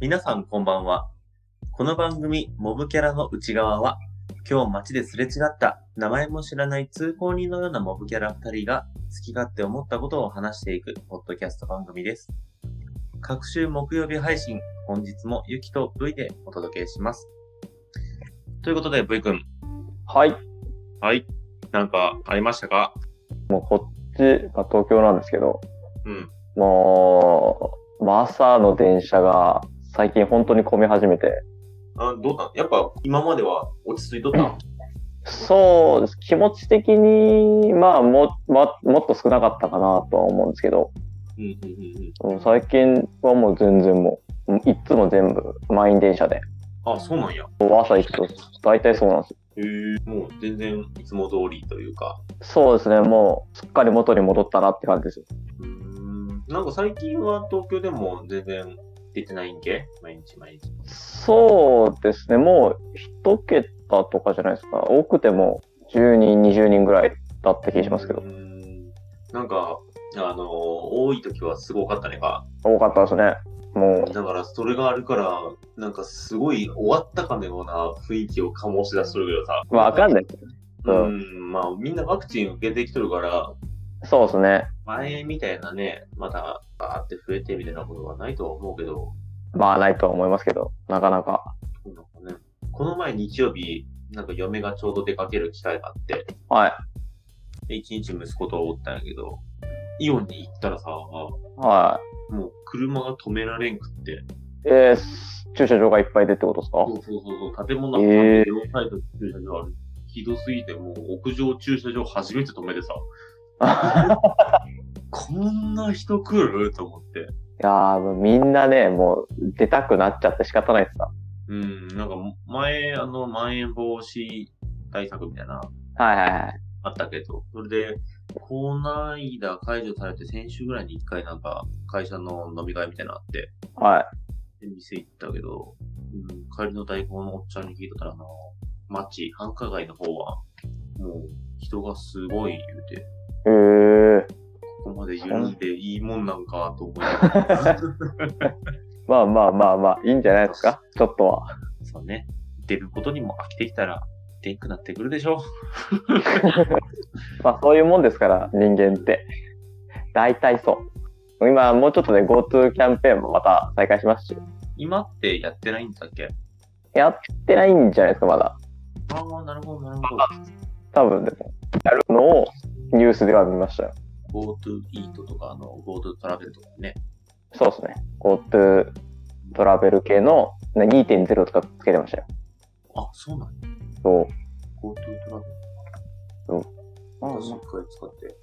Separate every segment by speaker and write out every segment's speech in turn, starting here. Speaker 1: 皆さんこんばんは。この番組、モブキャラの内側は、今日街ですれ違った、名前も知らない通行人のようなモブキャラ2人が、好き勝手思ったことを話していく、ポッドキャスト番組です。各週木曜日配信、本日もゆきと V でお届けします。ということで、V 君。
Speaker 2: はい。
Speaker 1: はい。なんか、ありましたか
Speaker 2: もうこっちが東京なんですけど、
Speaker 1: うん。
Speaker 2: もう、まあ朝の電車が最近本当に混み始めて、
Speaker 1: あどうだやっぱ、今までは落ち着いとった
Speaker 2: そうです。気持ち的に、まあも、ま、もっと少なかったかなとは思うんですけど、
Speaker 1: うんうんうん
Speaker 2: うん最近はもう全然もう、うんいつも全部満員電車で、
Speaker 1: うん。あ、そうなんや。
Speaker 2: もう朝行くと大体そうなんですよ。
Speaker 1: へえもう全然いつも通りというか。
Speaker 2: そうですね、もうすっかり元に戻ったなって感じです。
Speaker 1: うーん。なんか最近は東京でも全然出てないんけ毎日毎日。
Speaker 2: そうですね、もう一桁とかじゃないですか。多くても10人、20人ぐらいだった気がしますけど
Speaker 1: うー、ん。なんか、あのー多い時はすごかったねが。
Speaker 2: 多かったですね。も
Speaker 1: だからそれがあるから、なんかすごい終わったかのような雰囲気を醸し出しとるけどさ。
Speaker 2: う、まあ、わかんない。
Speaker 1: うん、まあみんなワクチン受けてきとるから、
Speaker 2: そうですね。
Speaker 1: 前みたいなね、またバーって増えてみたいなことはないとは思うけど、
Speaker 2: まあ、ないとは思いますけど、なかなか。
Speaker 1: そうなんかね、この前日曜日、なんか嫁がちょうど出かける機会があって、
Speaker 2: はい。
Speaker 1: で一日息子とおったんやけど、イオンに行ったらさ、も
Speaker 2: は
Speaker 1: う車が止められんくって、
Speaker 2: い。えー、す駐車場がいっぱいでってことですか
Speaker 1: そうそうそうそう、建物の
Speaker 2: えー
Speaker 1: 両サイド駐車場ある。ひどすぎて、もう屋上駐車場初めて止めてさ、こんな人来ると思って。
Speaker 2: いやー、もうみんなね、もう出たくなっちゃって仕方ないですか。
Speaker 1: うん、なんか前、あの、まん延防止対策みたいな、
Speaker 2: はいはいはい。
Speaker 1: あったけど、それで、こないだ解除されて、先週ぐらいに一回なんか、会社の飲み会みたいなのあって、
Speaker 2: はい。
Speaker 1: で店行ったけど、うん、帰りの代行のおっちゃんに聞いたら、あの、街、繁華街の方は、もう、人がすごい言うて、
Speaker 2: えー、
Speaker 1: ここまで緩んでいいもんなんかと思いながら。
Speaker 2: まあまあまあまあ、いいんじゃないですかちょっとは。
Speaker 1: そうね、出ることにも飽きてきたら、でんくなってくるでしょ。
Speaker 2: まあそういうもんですから、人間って。大体そう。今、もうちょっとね、GoTo キャンペーンもまた再開しますし。
Speaker 1: 今ってやってないんだっけ
Speaker 2: やってないんじゃないですか、まだ。
Speaker 1: ああ、なるほど、なる
Speaker 2: 多分でも。やるのをニュースでは見ましたよ。
Speaker 1: ほど。GoTo イートとか、あの、GoTo トラベルとかね。
Speaker 2: そうですね。GoTo トラベル系のね2.0とかつけてましたよ。
Speaker 1: あ、そうなんだ。
Speaker 2: そう。
Speaker 1: GoTo トラベル。私一回使って、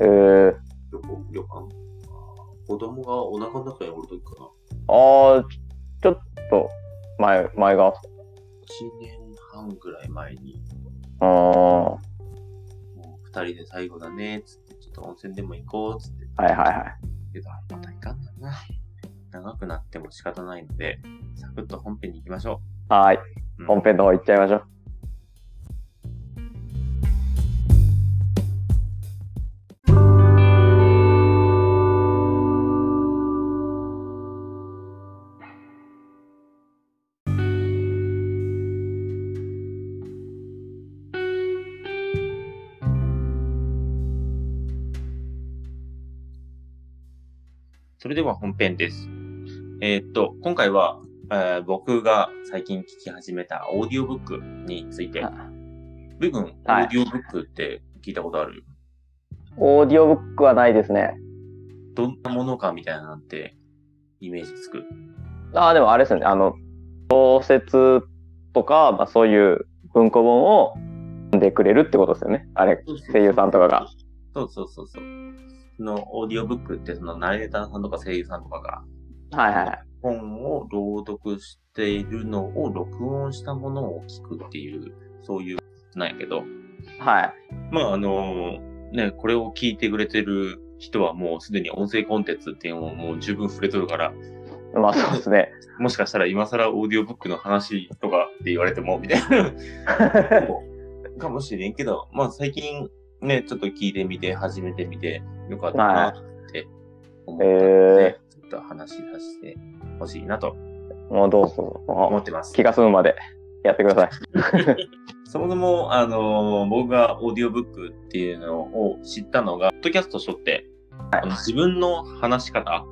Speaker 2: えー、
Speaker 1: 旅行、旅館。子供がお腹の中におるときかな。
Speaker 2: あー、ちちょっと前、前が、
Speaker 1: 1年半ぐらい前に、
Speaker 2: あー、は
Speaker 1: もう二人で最後だね、つって、ちょっと温泉でも行こう、つって。
Speaker 2: いはいは
Speaker 1: けど、また行かんだな。長くなっても仕方ないので、サクッと本編に行きましょ。
Speaker 2: い。はーいう
Speaker 1: うん
Speaker 2: 本編の方行っちゃいましょう。
Speaker 1: それでは本編です。えーっと、今回は、えー僕が最近聞き始めたオーディオブックについて
Speaker 2: は。
Speaker 1: 部分、オ
Speaker 2: はい
Speaker 1: ーディオブックって聞いたことある、
Speaker 2: オーディオブックはないですね。
Speaker 1: どんなものかみたいななんて、イメージつく。
Speaker 2: ああ、でもあれですよね。あの、小説とか、まあそういう文庫本を読んでくれるってことですよね。あれ。声優さんとかが。
Speaker 1: そうそうそうそう。そのオーディオブックって、そのナレーターさんとか声優さんとかが、
Speaker 2: はいはいはい。
Speaker 1: 本を朗読しているのを録音したものを聞くっていう、そういう、なんやけど、
Speaker 2: はい。
Speaker 1: まああのね、これを聞いてくれてる人はもうすでに音声コンテンツっていうのをもう十分触れとるから、
Speaker 2: まあそうですね。
Speaker 1: もしかしたら今更オーディオブックの話とかって言われても、みたい な。かもしれんけど、まあ最近ね、ちょっと聞いてみて、始めてみて、よかったなって思ったので、った話させてほしいなと
Speaker 2: もうどうぞ。
Speaker 1: 思
Speaker 2: あ
Speaker 1: ってます。
Speaker 2: 気が済むまでやってください。
Speaker 1: そもそも、あのー僕がオーディオブックっていうのを知ったのが、ポッドキャストしょって、
Speaker 2: はい
Speaker 1: あの自分の話し方、
Speaker 2: は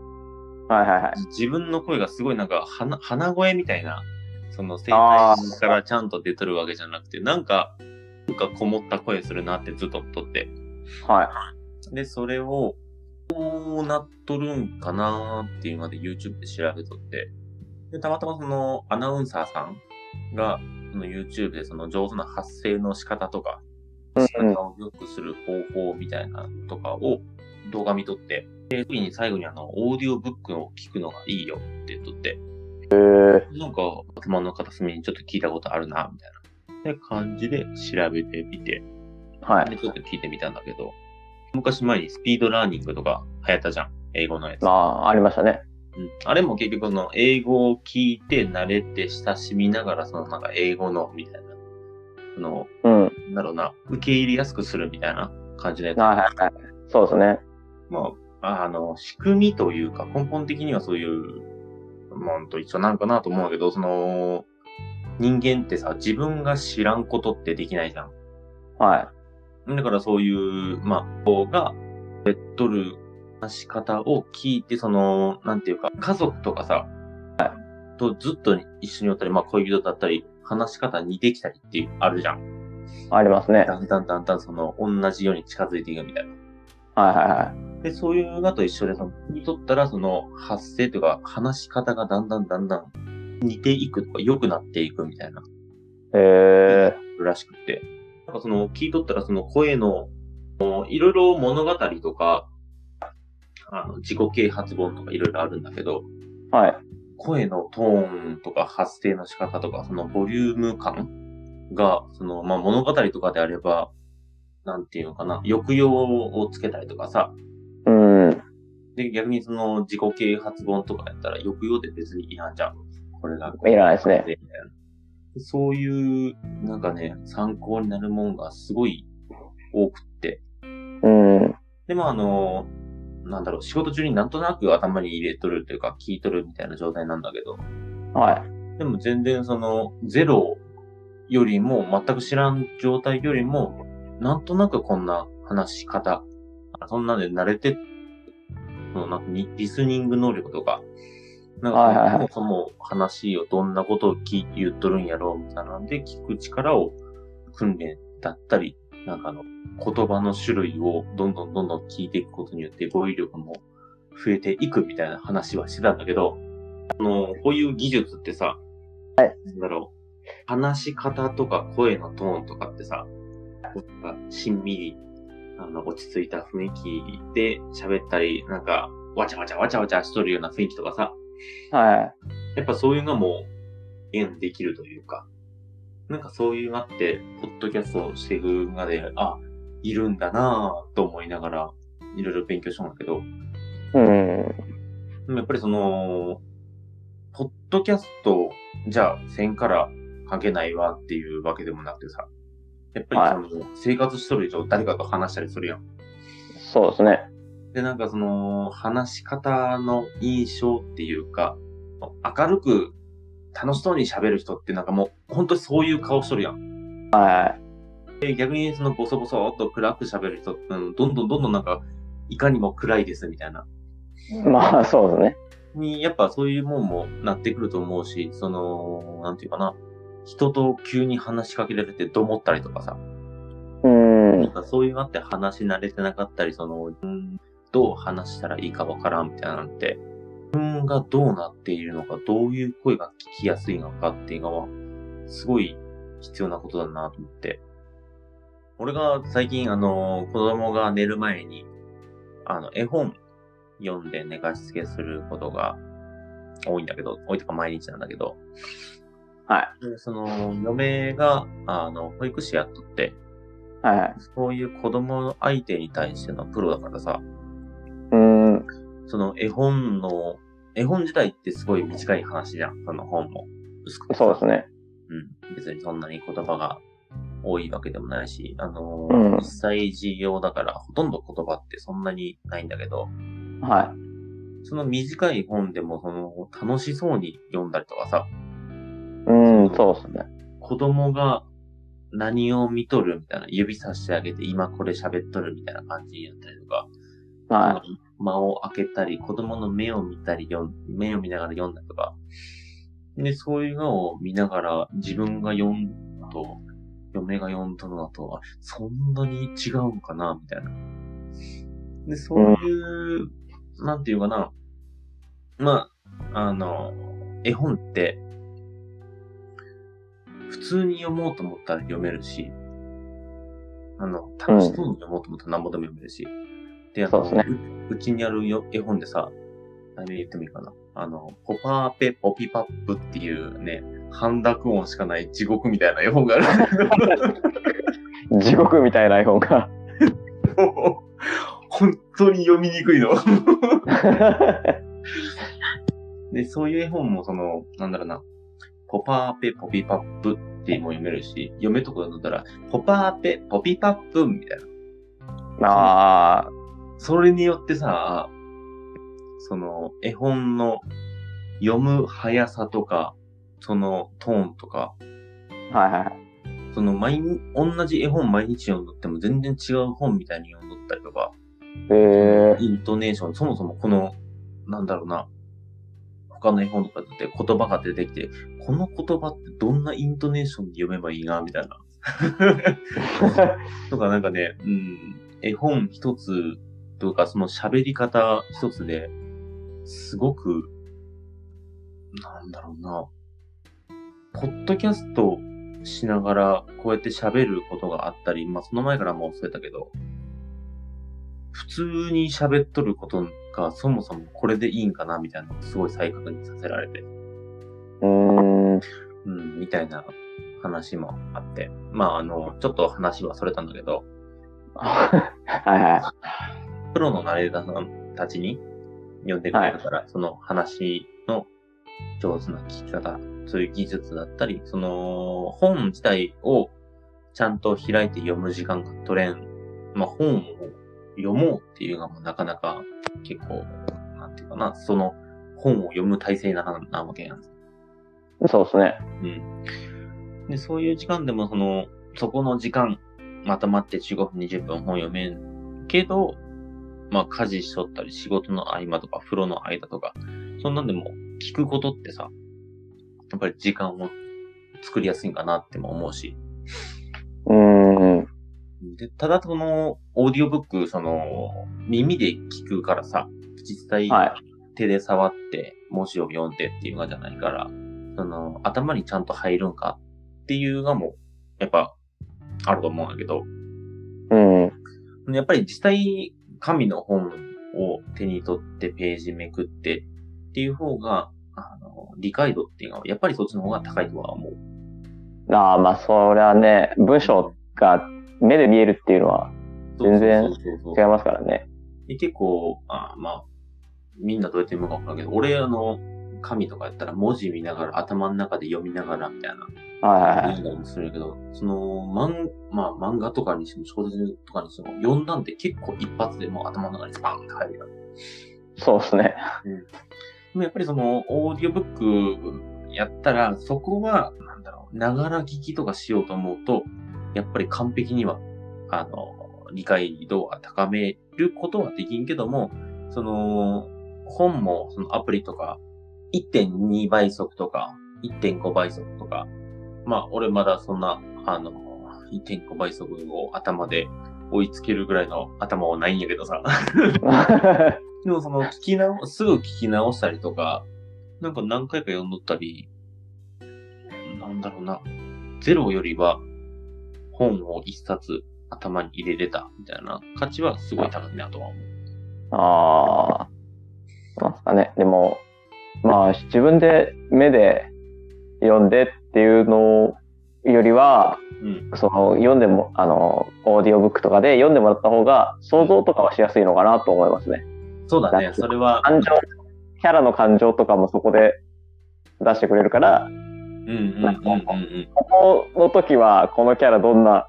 Speaker 2: いはいはい。
Speaker 1: 自分の声がすごいなんか鼻鼻声みたいな、その声
Speaker 2: あ
Speaker 1: 帯
Speaker 2: ー
Speaker 1: からちゃんと出とるわけじゃなくて、なんか、なんかこもった声するなってずっと思っとって。
Speaker 2: は
Speaker 1: で、それを、こうなっとるんかなーっていうまで YouTube で調べとって。で、たまたまそのアナウンサーさんが、その YouTube でその上手な発声の仕方とか、
Speaker 2: い。
Speaker 1: 仕
Speaker 2: うんうん。
Speaker 1: 方を良くする方法みたいなのとかを動画見とって、で、特に最後にあの、オーディオブックを聞くのがいいよって言っとって、
Speaker 2: へえ。
Speaker 1: なんか頭の片隅にちょっと聞いたことあるな、みたいな。って感じで調べてみて、
Speaker 2: はい
Speaker 1: で。ちょっと聞いてみたんだけど、昔前にスピードラーニングとか流行ったじゃん。英語のやつ。
Speaker 2: まあ、ありましたね。
Speaker 1: うんあれも結局その英語を聞いて慣れて親しみながら、そのなんか英語の、みたいな、その、
Speaker 2: うん。はい
Speaker 1: なんだろうな、受け入れやすくするみたいな感じのやつ。
Speaker 2: はいはい。そうですね。
Speaker 1: まあ、あの、仕組みというか、根本的にはそういうもんと一緒なんかなと思うけど、その、人間ってさ、自分が知らんことってできないじゃ
Speaker 2: は
Speaker 1: ん。だからそういう、まあ、方が、ベッドル話し方を聞いて、その、なんていうか、家族とかさ、とずっと一緒におったり、まあ、恋人だったり、話し方似てきたりっていう、あるじゃん。
Speaker 2: い。ありますね。
Speaker 1: だんだんだんだん、その、同じように近づいていくみたいな。
Speaker 2: はいはいは
Speaker 1: で、そういうのと一緒で、その、聞いとったら、その、発声というか、話し方がだんだんだんだん似ていくとか、良くなっていくみたいな、
Speaker 2: い。へえ。
Speaker 1: らしくて。なんかその、聞いとったら、その声の、もういろいろ物語とか、あの、自己啓発本とかいろいろあるんだけど、
Speaker 2: はい。
Speaker 1: 声のトーンとか発声の仕方とか、そのボリューム感が、その、まあ、物語とかであれば、なんていうのかな、抑揚をつけたりとかさ、
Speaker 2: うん。
Speaker 1: で、逆にその自己啓発本とかやったら抑揚って別にいらんじゃん。これが。
Speaker 2: いらないですね
Speaker 1: みたいな。でそういう、なんかね、参考になるもんがすごい多くって。
Speaker 2: うん。
Speaker 1: でもあの、なんだろう、仕事中になんとなく頭に入れとるというか、聞いとるみたいな状態なんだけど、
Speaker 2: はい。
Speaker 1: でも全然その、ゼロよりも、全く知らん状態よりも、なんとなくこんな話し方、あそんなんで慣れて、そのなんかにリスニング能力とか、なんか
Speaker 2: はいはい
Speaker 1: そ
Speaker 2: は
Speaker 1: もそも話をどんなことを聞言っとるんやろうみたいなんで、聞く力を訓練だったり、なんかあの、言葉の種類をどんどんどんどん聞いていくことによって語彙力も増えていくみたいな話はしてたんだけど、あの、こういう技術ってさ、
Speaker 2: はい
Speaker 1: なんだろう、話し方とか声のトーンとかってさ、なんかしんみり、あの、落ち着いた雰囲気で喋ったり、なんか、わちゃわちゃわちゃわちゃしとるような雰囲気とかさ、
Speaker 2: はい。
Speaker 1: やっぱそういうのも、縁できるというか、なんかそういうのあって、ポッドキャストをしていく中で、あ、いるんだなぁと思いながら、いろいろ勉強したんだけど、
Speaker 2: うん。
Speaker 1: でもやっぱりその、ポッドキャスト、じゃあ、線から関係ないわっていうわけでもなくてさ、やっぱりその、生活しとる以上誰かと話したりするやん。
Speaker 2: そうですね。
Speaker 1: で、なんかその、話し方の印象っていうか、明るく楽しそうに喋る人ってなんかもう、本当にそういう顔しとるやん。
Speaker 2: は
Speaker 1: で逆にそのボソボソっと暗く喋る人って、うんどんどんどんどんなんか、いかにも暗いですみたいな。
Speaker 2: い。まあ、そうですね。
Speaker 1: に、やっぱそういうもんもなってくると思うし、その、なんていうかな、人と急に話しかけられてどもったりとかさ、
Speaker 2: うん。
Speaker 1: なんかそういうのあって話し慣れてなかったり、その、うんどう話したらいいかわからんみたいなのって、自分がどうなっているのか、どういう声が聞きやすいのかっていうのは、すごい必要なことだなと思って。俺が最近、あの、子供が寝る前に、あの、絵本読んで寝かしつけすることが多いんだけど、多いとか毎日なんだけど、
Speaker 2: はい。
Speaker 1: でその、嫁が、あの、保育士やっとって、
Speaker 2: はいはい。
Speaker 1: そういう子供相手に対してのプロだからさ、
Speaker 2: うん。
Speaker 1: その絵本の、絵本自体ってすごい短い話じゃん、その本も。薄くてさ
Speaker 2: そうですね。
Speaker 1: うん。別にそんなに言葉が多いわけでもないし、あの
Speaker 2: うん
Speaker 1: ー、実際事業だからほとんど言葉ってそんなにないんだけど、
Speaker 2: は
Speaker 1: その短い本でも、その、楽しそうに読んだりとかさ、
Speaker 2: うん、そうですね。
Speaker 1: 子供が何を見とるみたいな、指さしてあげて、今これ喋っとるみたいな感じになったりとか、
Speaker 2: は
Speaker 1: 間を開けたり、子供の目を見たり読ん、目を見ながら読んだりとか、で、そういうのを見ながら自分が読んだと、嫁が読んだのだと、あそんなに違うんかな、みたいな。で、そういう、なんていうかな、まあ、あの、絵本って、普通に読もうと思ったら読めるし、あの、楽しそうに読もうと思ったら何ぼでも読めるし。で、あ
Speaker 2: そう
Speaker 1: の
Speaker 2: ですね
Speaker 1: ううちにあるよ絵本でさ、何言ってもいいかな。あの、ポパーペポピパップっていうね、半濁音しかない地獄みたいな絵本があるんだけど。
Speaker 2: い。地獄みたいな絵本 が。
Speaker 1: もう本当に読みにくいの。で、そういう絵本もその、なんだろうな、ポパーペポピパップっても読めるし、読めとこだったら、ポパーペポピパップみたいな。
Speaker 2: ああ、
Speaker 1: それによってさ、その、絵本の読む速さとか、そのトーンとか、
Speaker 2: はいはいはい。
Speaker 1: その毎日、同じ絵本毎日読んどっても全然違う本みたいに読んどったりとか、
Speaker 2: ええ
Speaker 1: イントネーション、そもそもこの、なんだろうな、他の絵本とかって言葉が出てきて、この言葉ってどんなイントネーションで読めばいいな、みたいな。とかなんかね、うん、絵本一つとか、その喋り方一つで、すごく、なんだろうな、ポッドキャストしながら、こうやって喋ることがあったり、まあその前からもうそうやったけど、普通に喋っとることがそもそもこれでいいんかなみたいなのをすごい再確認させられて、
Speaker 2: うーん。
Speaker 1: うん、みたいな話もあって。まああの、ちょっと話はそれたんだけど、
Speaker 2: はいは
Speaker 1: プロのナレーターさんたちに呼んでくれるから、その話の上手な聞き方、そういう技術だったり、その本自体をちゃんと開いて読む時間が取れん。まあ本を読もうっていうのがなかなか結構、なんていうかな、その本を読む体制ななわけやん。
Speaker 2: い。そうですね。
Speaker 1: うん。で、そういう時間でも、その、そこの時間、また待って15分、20分本読めんけど、まあ、家事しとったり、仕事の合間とか、風呂の間とか、そんなんでも、聞くことってさ、やっぱり時間を作りやすいんかなっても思うし。
Speaker 2: うーん。
Speaker 1: で、ただその、オーディオブック、その、耳で聞くからさ、実際、
Speaker 2: は
Speaker 1: 手で触って、文字を読んでっていうのじゃないから、その、頭にちゃんと入るんかっていうのも、やっぱ、あると思うんだけど、
Speaker 2: うん。
Speaker 1: やっぱり実際、紙の本を手に取ってページめくってっていう方が、あの、理解度っていうのは、やっぱりそっちの方が高いとは思う。
Speaker 2: ああ、まあ、それはね、文章が目で見えるっていうのは全然
Speaker 1: そうそうそう
Speaker 2: 違いますからね。
Speaker 1: で、結構、あまあ、みんなどうやって読むかわからんけど、俺、あの、紙とかやったら文字見ながら、頭の中で読みながらみたいな、
Speaker 2: はいはいはい。
Speaker 1: 読んだりもするけど、その、漫、まあ、漫画とかにしても、小説とかにしても、読んだんって結構一発でもう頭の中にバーンって入るよ。
Speaker 2: そうですね。
Speaker 1: でもやっぱりその、オーディオブックやったら、そこは、なんだろう、ながら聞きとかしようと思うと、やっぱり完璧には、あの、理解度は高めることはできんけども、その、本も、そのアプリとか、1.2倍速とか、1.5倍速とか、まあ、俺まだそんな、あの、1.5倍速を頭で追いつけるぐらいの頭はないんやけどさ。でもその聞き直、すぐ聞き直したりとか、なんか何回か読んどったり、なんだろうな、ゼロよりは本を一冊頭に入れれたみたいな価値はすごい高いなとは思う。
Speaker 2: ああ。なんすかね。でも、まあ、自分で目で読んでっていうのよりは、
Speaker 1: うん。
Speaker 2: その読んでも、あの、オーディオブックとかで読んでもらった方が想像とかはしやすいのかなと思いますね。
Speaker 1: そうだね
Speaker 2: だっ、て
Speaker 1: それは、
Speaker 2: 感情、キャラの感情とかもそこで出してくれるから、
Speaker 1: うんうんうんうん
Speaker 2: ここの時はこのキャラどんな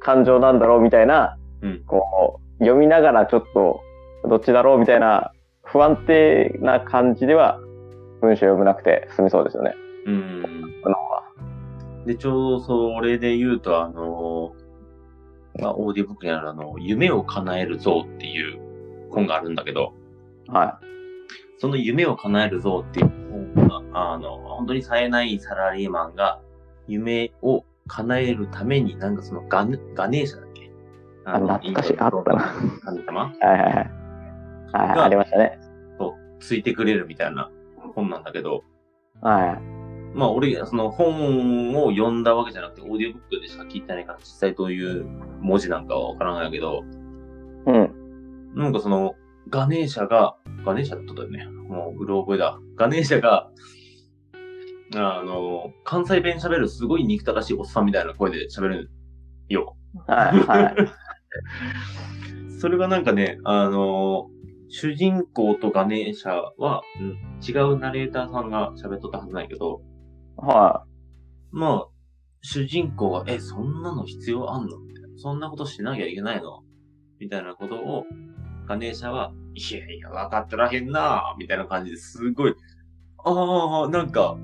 Speaker 2: 感情なんだろうみたいな、
Speaker 1: うん
Speaker 2: こう読みながらちょっとどっちだろうみたいな不安定な感じでは文章読めなくて済みそうですよね。
Speaker 1: うん。
Speaker 2: この方は。
Speaker 1: で、ちょうどそれで言うと、あの、まあ、オーディオブックにあるあの、夢を叶える像っていう本があるんだけど、
Speaker 2: は
Speaker 1: その夢を叶える像っていう本が、あの、本当に冴えないサラリーマンが、夢を叶えるために、なんかそのガネ、ガネーシャだっけ
Speaker 2: あ懐かしいあったな。
Speaker 1: 神様
Speaker 2: い。はいはいはい。はい、
Speaker 1: が
Speaker 2: ありましたね。
Speaker 1: ついてくれるみたいな本なんだけど、
Speaker 2: は
Speaker 1: まあ俺、その本を読んだわけじゃなくて、オーディオブックでしか聞いてないから、実際どういう文字なんかはわからないけど、
Speaker 2: い。うん。
Speaker 1: なんかその、ガネーシャが、ガネーシャってことだよね。もう、うろ覚えだ。ガネーシャが、あの、関西弁喋るすごい憎たらしいおっさんみたいな声で喋るよ。
Speaker 2: はいはい。
Speaker 1: それがなんかね、あの、主人公とガネーシャは、うん違うナレーターさんが喋っとったはずないけど、
Speaker 2: は
Speaker 1: まあ、主人公は、え、そんなの必要あんのみたいなそんなことしなきゃいけないのみたいなことを、ガネーシャは、いやいや、分かってらへんなみたいな感じですごい、ああ、なんか、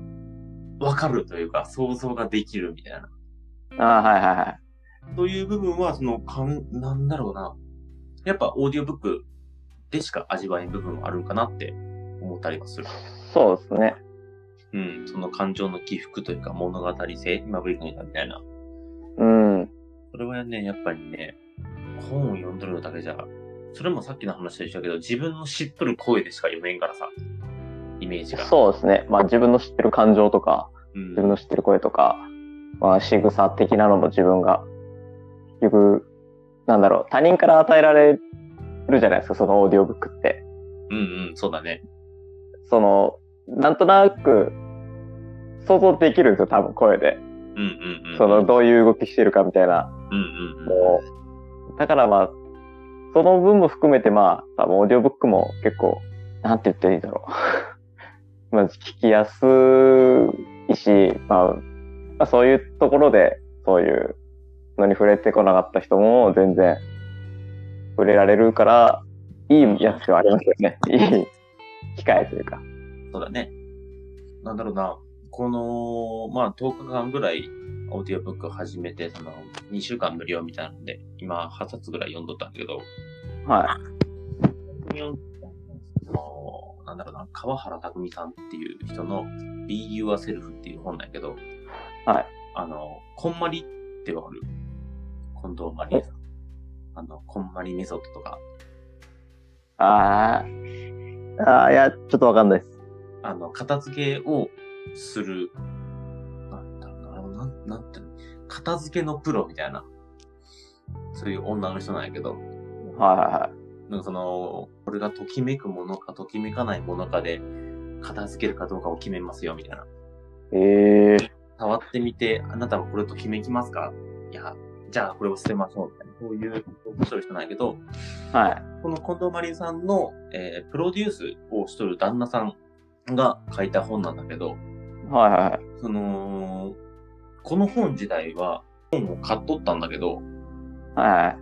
Speaker 1: わかるというか、想像ができるみたいな。
Speaker 2: い。ああ、はいはいはい。
Speaker 1: という部分は、その、かん、なんだろうな。やっぱ、オーディオブックでしか味わえん部分もあるんかなって思ったりはする。
Speaker 2: そうですね。
Speaker 1: うん、その感情の起伏というか、物語性、今 V 君言ったみたいな。
Speaker 2: うん。
Speaker 1: それはね、やっぱりね、本を読んどるのだけじゃ、それもさっきの話でしたけど、自分の知っとる声でしか読めんからさ、イメージが。
Speaker 2: そうですね。まあ自分の知ってる感情とか、
Speaker 1: うん。
Speaker 2: 自分の知ってる声とか、まあ仕草的なのも自分が、結局、なんだろう、他人から与えられるじゃないですか、そのオーディオブックって。
Speaker 1: うんうん、そうだね。
Speaker 2: その、なんとなく、想像できるんですよ、多分声で。
Speaker 1: うんうんうん。
Speaker 2: その、どういう動きしてるかみたいな。
Speaker 1: うんうんうん。
Speaker 2: もうだからまあ、その分も含めてまあ、多分オーディオブックも結構、なんて言っていいんだろう。 まあ、聞きやすいし、まあ、まあそういうところで、そういうのに触れてこなかった人も全然触れられるから、いいやつではありますよね。いい機会というか。
Speaker 1: そうだね。なんだろうな、この、まあ、10日間ぐらい、オーディオブック始めて、その、2週間無料みたいなので、今、8冊ぐらい読んどったんだけど、
Speaker 2: はい。
Speaker 1: あのなんだろうな、川原拓海さんっていう人の Be Yourself っていう本なんやけど、
Speaker 2: はい。
Speaker 1: あの、こんまりってわかる近藤まりえさん。あの、こんまりメソッドとか、
Speaker 2: ああ。ああ、いや、ちょっとわかんないです。
Speaker 1: あの、片付けをする、なんだろうなあの、なん、なんていうの、片付けのプロみたいな、そういう女の人なんやけど、
Speaker 2: はいは
Speaker 1: なんかその、これがときめくものかときめかないものかで、片付けるかどうかを決めますよ、みたいな。
Speaker 2: いはい。ええ
Speaker 1: 触ってみて、あなたはこれときめきますかいや、じゃあこれを捨てましょう。みたいなそういう面白い人なんやけど、
Speaker 2: はい。
Speaker 1: この近藤マリさんの、えープロデュースをしとる旦那さんが書いた本なんだけど、
Speaker 2: はいはいはい。
Speaker 1: その、この本自体は本を買っとったんだけど、
Speaker 2: はいはい。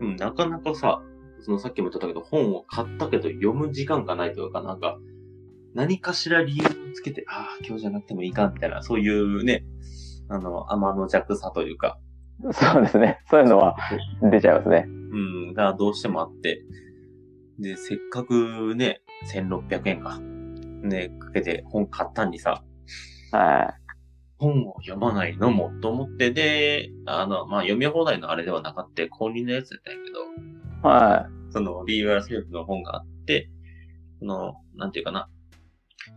Speaker 1: うん、なかなかさ、そのさっきも言っとったけど、本を買ったけど読む時間がないというか、なんか、何かしら理由をつけて、ああ、今日じゃなくてもいいか、みたいな、そういうね、あの、天の弱さというか、
Speaker 2: そうですね。そういうのは出ちゃいますね。
Speaker 1: うん、がどうしてもあって、で、せっかくね、1600円か、ね、かけて本買ったんにさ、
Speaker 2: は
Speaker 1: 本を読まないのもと思って、で、あの、まあ、読み放題のあれではなかった、公認のやつだったんやけど、
Speaker 2: い。は
Speaker 1: その Be Yourself の本があって、その、なんていうかな、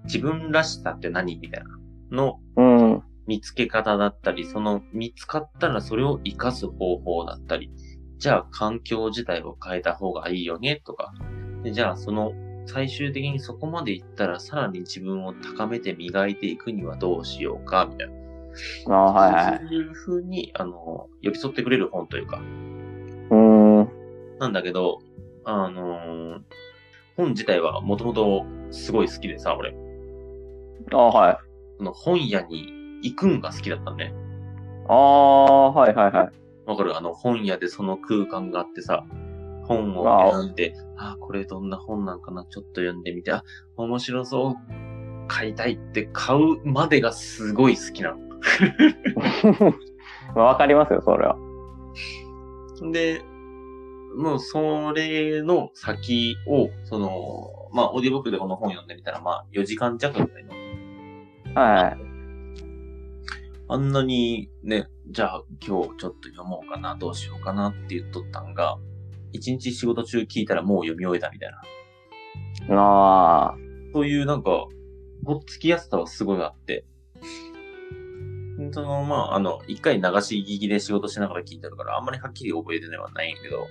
Speaker 1: 自分らしさって何みたいなの
Speaker 2: い。うん。は
Speaker 1: 見つけ方だったり、その見つかったらそれを活かす方法だったり、じゃあ環境自体を変えた方がいいよねとか、でじゃあその最終的にそこまでいったらさらに自分を高めて磨いていくにはどうしようか、みたいな。
Speaker 2: いはいはい。
Speaker 1: そういう風に、あの、寄り添ってくれる本というか、
Speaker 2: うん。は
Speaker 1: なんだけど、あのー本自体はもともとすごい好きでさ、俺、
Speaker 2: あはい。
Speaker 1: その本屋に行くんが好きだったんね。
Speaker 2: ああ、はいはいはい。
Speaker 1: わかるあの本屋でその空間があってさ、本を選んで、ああ、これどんな本なんかな、ちょっと読んでみて、あ、面白そう、買いたいって買うまでがすごい好きなの。
Speaker 2: まあ、わかりますよ、それは。
Speaker 1: で、もうそれの先を、その、まあ、オーディオブックでこの本読んでみたら、まあ、4時間弱ぐらいの。
Speaker 2: はい。
Speaker 1: あんなにね、じゃあ今日ちょっと読もうかな、どうしようかなって言っとったんが、一日仕事中聞いたらもう読み終えたみたいな。
Speaker 2: ああ、
Speaker 1: そういうなんか、ぼっつきやすさはすごいあって。その、まあ、あの、一回流し聞きで仕事しながら聞いてるから、あんまりはっきり覚えてないはないんやけど、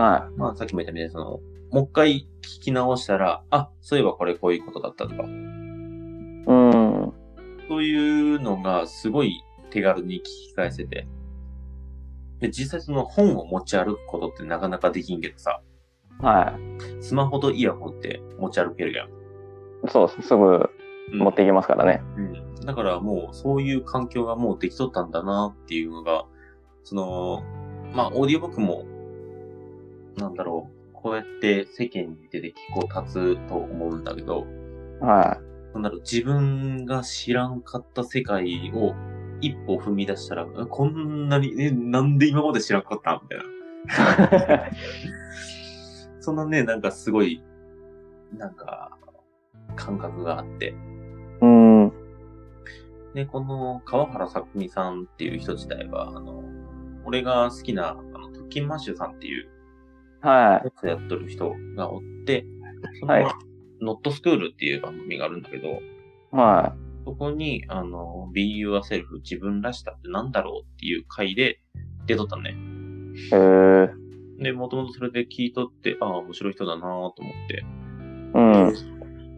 Speaker 2: は
Speaker 1: まあ、さっきも言ったみたいに、その、もう一回聞き直したら、あ、そういえばこれこういうことだったとか、
Speaker 2: い。うん。
Speaker 1: そういうのがすごい手軽に聞き返せて。で、実際その本を持ち歩くことってなかなかできんけどさ、
Speaker 2: は
Speaker 1: スマホとイヤホンって持ち歩けるやん。
Speaker 2: い。そうです。すぐ持っていきますからね。
Speaker 1: うん。だからもう、そういう環境がもうできとったんだなっていうのが、その、まあ、オーディオブックも、なんだろう、こうやって世間に出て結構立つと思うんだけど、
Speaker 2: は
Speaker 1: なんだろう、自分が知らんかった世界を一歩踏み出したら、えこんなに、え、なんで今まで知らんかったみたいな。そんなね、なんかすごい、なんか、感覚があって。
Speaker 2: い。うん。
Speaker 1: で、この川原さくみさんっていう人自体は、あの、俺が好きな、あの、特勤マッシュさんっていう
Speaker 2: は
Speaker 1: やつやっとる人がおって、その、
Speaker 2: はい
Speaker 1: ノットスクールっていう番組があるんだけど、
Speaker 2: い。は
Speaker 1: そこに、あの、Be Yourself 自分らしさってなんだろうっていう回で出とったのね。
Speaker 2: い。へえ。
Speaker 1: で、もともとそれで聞いとって、ああ、面白い人だなぁと思って、
Speaker 2: うん。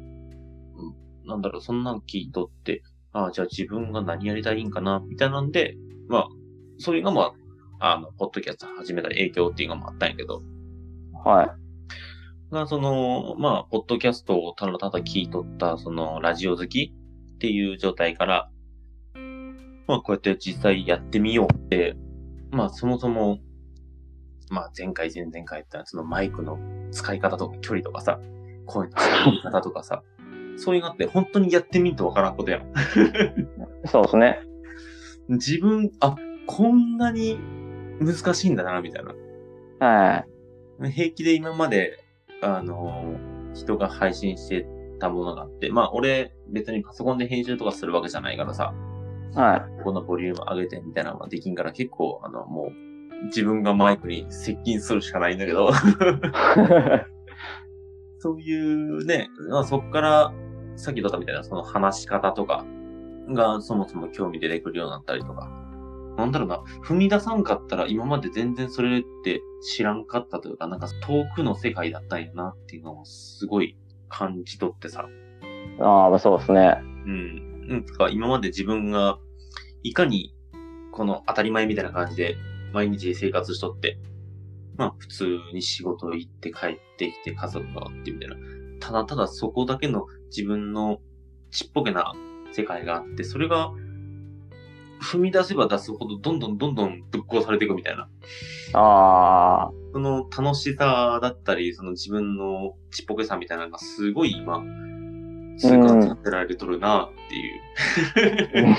Speaker 1: うんなんだろう、そんなん聞いとって、ああ、じゃあ自分が何やりたいんかな、みたいなんで、まあ、それがまあ、あの、ポッドキャスト始めた影響っていうのもあったんやけど、
Speaker 2: はい。
Speaker 1: が、その、まあ、ポッドキャストをただただ聞いとった、その、ラジオ好きっていう状態から、まあ、こうやって実際やってみようって、まあ、そもそも、まあ、前回、前々回やったそのマイクの使い方とか距離とかさ、声の使い方とかさ、そういうのって本当にやってみんとわからんことやん。
Speaker 2: そうですね。
Speaker 1: 自分、あ、こんなに難しいんだな、みたいな。
Speaker 2: は
Speaker 1: 平気で今まで、あの人が配信してたものがあって、まあ俺別にパソコンで編集とかするわけじゃないからさ、
Speaker 2: い。 は
Speaker 1: ここのボリューム上げてみたいなのができんから結構、あの、もう自分がマイクに接近するしかないんだけど、
Speaker 2: い。
Speaker 1: そういうね、まあそっから、さっき言ったみたいなその話し方とかがそもそも興味出てくるようになったりとか、なんだろうな、踏み出さんかったら今まで全然それって知らんかったというか、なんか遠くの世界だったんやなっていうのをすごい感じ取ってさ、
Speaker 2: ああ、まあそうですね。
Speaker 1: うん。うん、とか今まで自分がいかにこの当たり前みたいな感じで毎日生活しとって、まあ普通に仕事行って帰ってきて家族があってみたいな。ただただそこだけの自分のちっぽけな世界があって、それが踏み出せば出すほどどんどんどんどんぶっ壊されていくみたいな。
Speaker 2: あ
Speaker 1: その楽しさだったり、その自分のちっぽけさみたいなのがすごい今、痛感させられとるなっていう。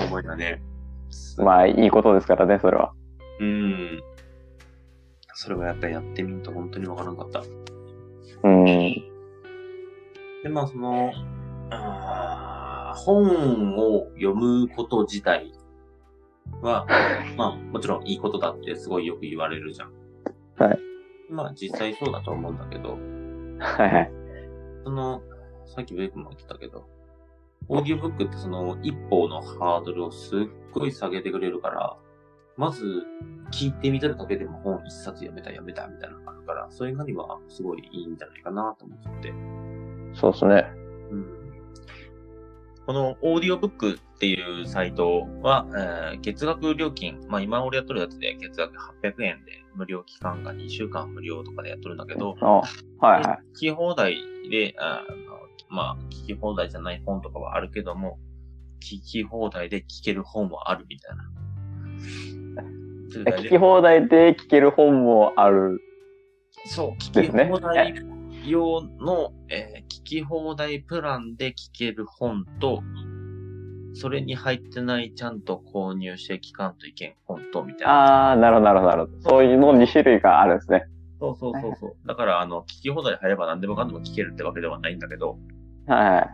Speaker 2: あ。
Speaker 1: 思いだね。
Speaker 2: まあ、いいことですからね、それは。
Speaker 1: うん。それはやっぱりやってみんと本当にわからなかった。
Speaker 2: うん。
Speaker 1: で、まあその、あー本を読むこと自体 は、まあもちろんいいことだってすごいよく言われるじゃん。
Speaker 2: はい。
Speaker 1: まあ実際そうだと思うんだけど、
Speaker 2: はいはい。
Speaker 1: その、さっきウェブも言ってたけど、オーディオブックってその一方のハードルをすっごい下げてくれるから、まず聞いてみただけでも本一冊やめたやめたみたいなのがあるから、それがにはすごいいいんじゃないかなと思って。
Speaker 2: そうですね。
Speaker 1: うんこのオーディオブックっていうサイトは、えー月額料金、まあ今俺やっとるやつで月額800円で無料期間が2週間無料とかでやっとるんだけど、
Speaker 2: あはいは
Speaker 1: 聞き放題で、ああのまあ、聞き放題じゃない本とかはあるけども、聞き放題で聞ける本はあるみたいな。
Speaker 2: い。聞き放題で聞ける本もある
Speaker 1: そう、聞
Speaker 2: で
Speaker 1: き
Speaker 2: すね
Speaker 1: 放題用の、えー聞き放題プランで聞ける本と、それに入ってないちゃんと購入して聞かんといけん本と、みたいな。
Speaker 2: ああ、なるほど、なるほど、なるほど。そういうの2種類があるんですね。
Speaker 1: そうそうそうそう。だから、あの、聞き放題入れば何でもかんでも聞けるってわけではないんだけど、
Speaker 2: はいはい。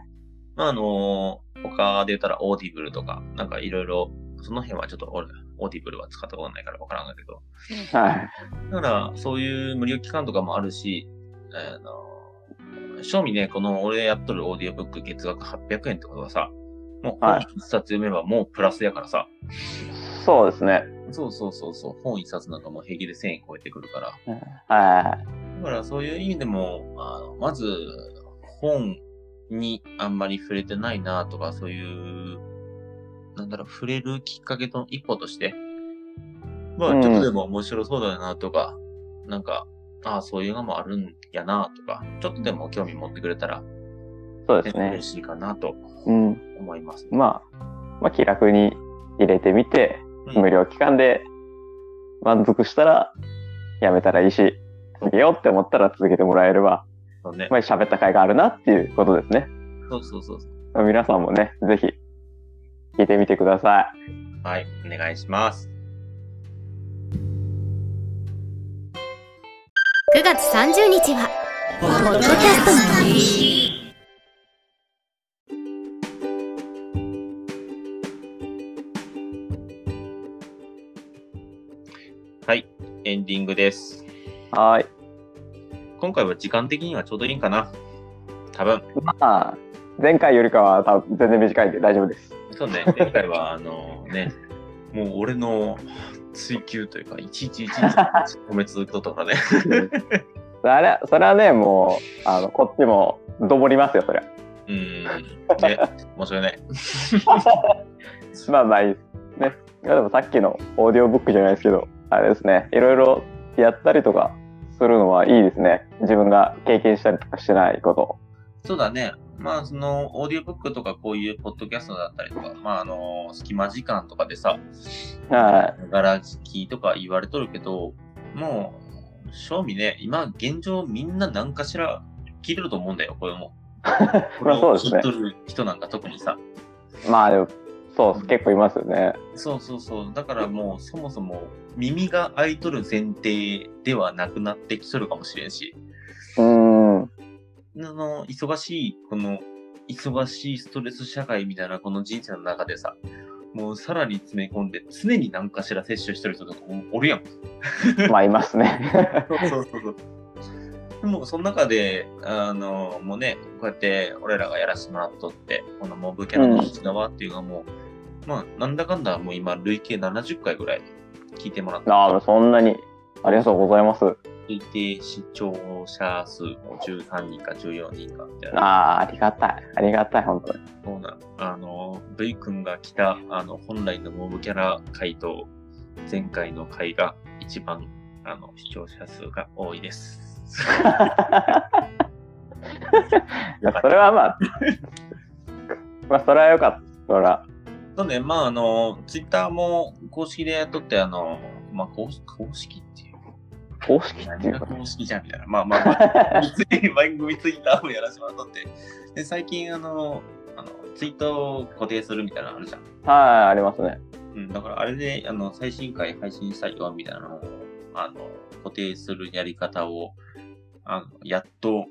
Speaker 1: まあ、あのー他で言ったらオーディブルとか、なんかいろいろ、その辺はちょっと俺、オーディブルは使ったことないからわからんだけど、
Speaker 2: はい。
Speaker 1: だから、そういう無料期間とかもあるし、あの、正味ね、この俺やっとるオーディオブック月額800円ってことはさ、もう本
Speaker 2: はい
Speaker 1: 一冊読めばもうプラスやからさ、
Speaker 2: そうですね。
Speaker 1: そうそうそうそう、本一冊なんかもう平気で1000円超えてくるから、
Speaker 2: は
Speaker 1: だからそういう意味でも、あのまず本にあんまり触れてないなとか、そういう、なんだろう、触れるきっかけの一歩として、まあ
Speaker 2: う、ん
Speaker 1: ちょっとでも面白そうだなとか、なんか、ああ、そういうのもあるんやなとか、ちょっとでも興味持ってくれたら、
Speaker 2: い。そうですね
Speaker 1: 嬉。しいかなと
Speaker 2: うん。
Speaker 1: 思います。
Speaker 2: まあ、まあ、気楽に入れてみて、
Speaker 1: うん
Speaker 2: 無料期間で満足したら、やめたらいいし、続けようって思ったら続けてもらえれば、
Speaker 1: そうね
Speaker 2: まあ、喋った甲斐があるなっていうことですね。
Speaker 1: そうそうそうそう。
Speaker 2: まあ皆さんもね、ぜひ、聞いてみてください。
Speaker 1: はい、お願いします。
Speaker 3: 9月30日は、ポッドキャストの日。
Speaker 1: はい、エンディングです。
Speaker 2: はーい。
Speaker 1: 今回は時間的にはちょうどいいんかな多分。
Speaker 2: まあ、前回よりかは多分全然短いんで大丈夫です。
Speaker 1: そう ね、前回はあのね、もう俺の追求というか、いちいちいちいち褒め続くと かね。
Speaker 2: あれ、それはね、もう、あの、こっちも、どぼりますよ、それは。
Speaker 1: うーん、ね、面白いね。
Speaker 2: まあまあいいです。ね。いやでもさっきのオーディオブックじゃないですけど、あれですね、いろいろやったりとかするのはいいですね。自分が経験したりとかしてないこと。
Speaker 1: そうだね、まあそのオーディオブックとかこういうポッドキャストだったりとか、まああの、隙間時間とかでさ、
Speaker 2: は
Speaker 1: ながら聞きとか言われとるけど、もう、正味ね、今現状みんな何かしら聞いてると思うんだよ、こ れも。これ
Speaker 2: まあそう
Speaker 1: を
Speaker 2: です
Speaker 1: 聞
Speaker 2: ね
Speaker 1: いとる人なんか特にさ。
Speaker 2: い。まあでも、そうです。結構いますよね。
Speaker 1: そうそうそう。だからもうそもそも耳が開いとる前提ではなくなってきとるかもしれんし、
Speaker 2: うーん。
Speaker 1: あの、忙しい、この、忙しいストレス社会みたいなこの人生の中でさ、もうさらに詰め込んで常に何かしら摂取してる人とかおおるやん。
Speaker 2: まあいますね。
Speaker 1: そうそうそうそう。でもその中で、あの、もうね、こうやって俺らがやらせてもらっとって、このモブキャラの内側っていうのはもう、まあ、なんだかんだもう今累計70回ぐらい聞いてもらってる
Speaker 2: ああ、そんなに。ありがとうございます。
Speaker 1: 推定視聴者数も13人か14人かみたい
Speaker 2: あ
Speaker 1: な。
Speaker 2: あ、ありがたい。ありがたい、本 当に。
Speaker 1: そうなん。あの、V 君が来た、あの、本来のモブキャラ回と、前回の回が一番、あの、視聴者数が多いです。
Speaker 2: いやそれはまあ、まあ、それはよかった。それは。
Speaker 1: そうね、まあ、あの、ツイッターも公式でやっとって、あの、まあ、公式公式っていう。
Speaker 2: 公式って
Speaker 1: 何
Speaker 2: いう
Speaker 1: が
Speaker 2: か。
Speaker 1: 公式じゃんみたいな。まあまあ まあ、普通に番組ツイッターもやらせてもらっとって。で、最近、あの、あのツイートを固定するみたいなのあるじゃん。
Speaker 2: はい、ありますね。
Speaker 1: うん、だからあれで、あの、最新回配信したいよ、みたいなのを、あの、固定するやり方を、あの、やっと、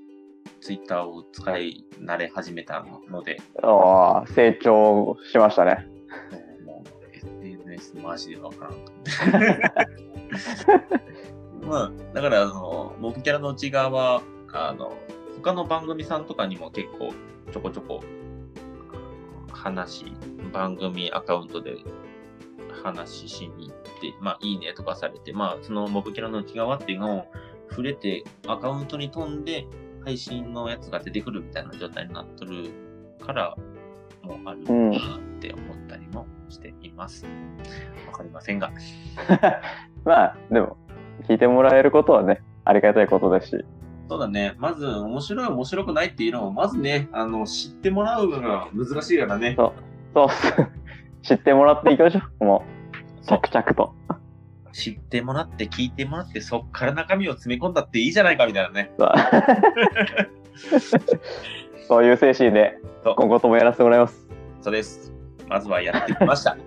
Speaker 1: ツイッターを使い慣れ始めたので、
Speaker 2: ああ、成長しましたね。
Speaker 1: もう、SNS マジでわからんと思って。まあ、だから、あの、モブキャラの内側は、あの、他の番組さんとかにも結構、ちょこちょこ、話、番組アカウントで話しに行って、まあ、いいねとかされて、まあ、そのモブキャラの内側っていうのを触れて、アカウントに飛んで、配信のやつが出てくるみたいな状態になっとるから、もうあるなって思ったりもしています。わかりませんが。
Speaker 2: まあ、でも、聞いてもらえることはね、ありがたいことですし。
Speaker 1: そうだね。まず、面白い、面白くないっていうのを、まずね、あの、知ってもらうのが難しいからね。
Speaker 2: そうっす。知ってもらっていきましょう。もう、着々と。
Speaker 1: 知ってもらって聞いてもらってそっから中身を詰め込んだっていいじゃないかみたいなね
Speaker 2: そうそういう精神で
Speaker 1: そう
Speaker 2: 今後ともやらせてもらいます。
Speaker 1: そうですまずはやってきま した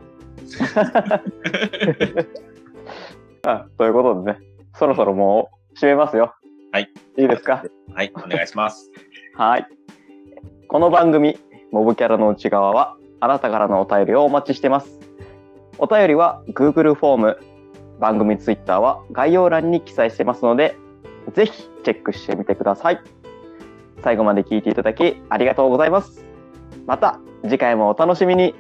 Speaker 2: あということでね、そろそろもう締めますよ。
Speaker 1: はい。
Speaker 2: いいですか
Speaker 1: はいお願いします
Speaker 2: はい。この番組、モブキャラの内側は、あなたからのお便りをお待ちしてます。お便りは Google フォーム、番組 Twitter は概要欄に記載してますので、ぜひチェックしてみてください。最後まで聞いていただきありがとうございます。また次回もお楽しみに。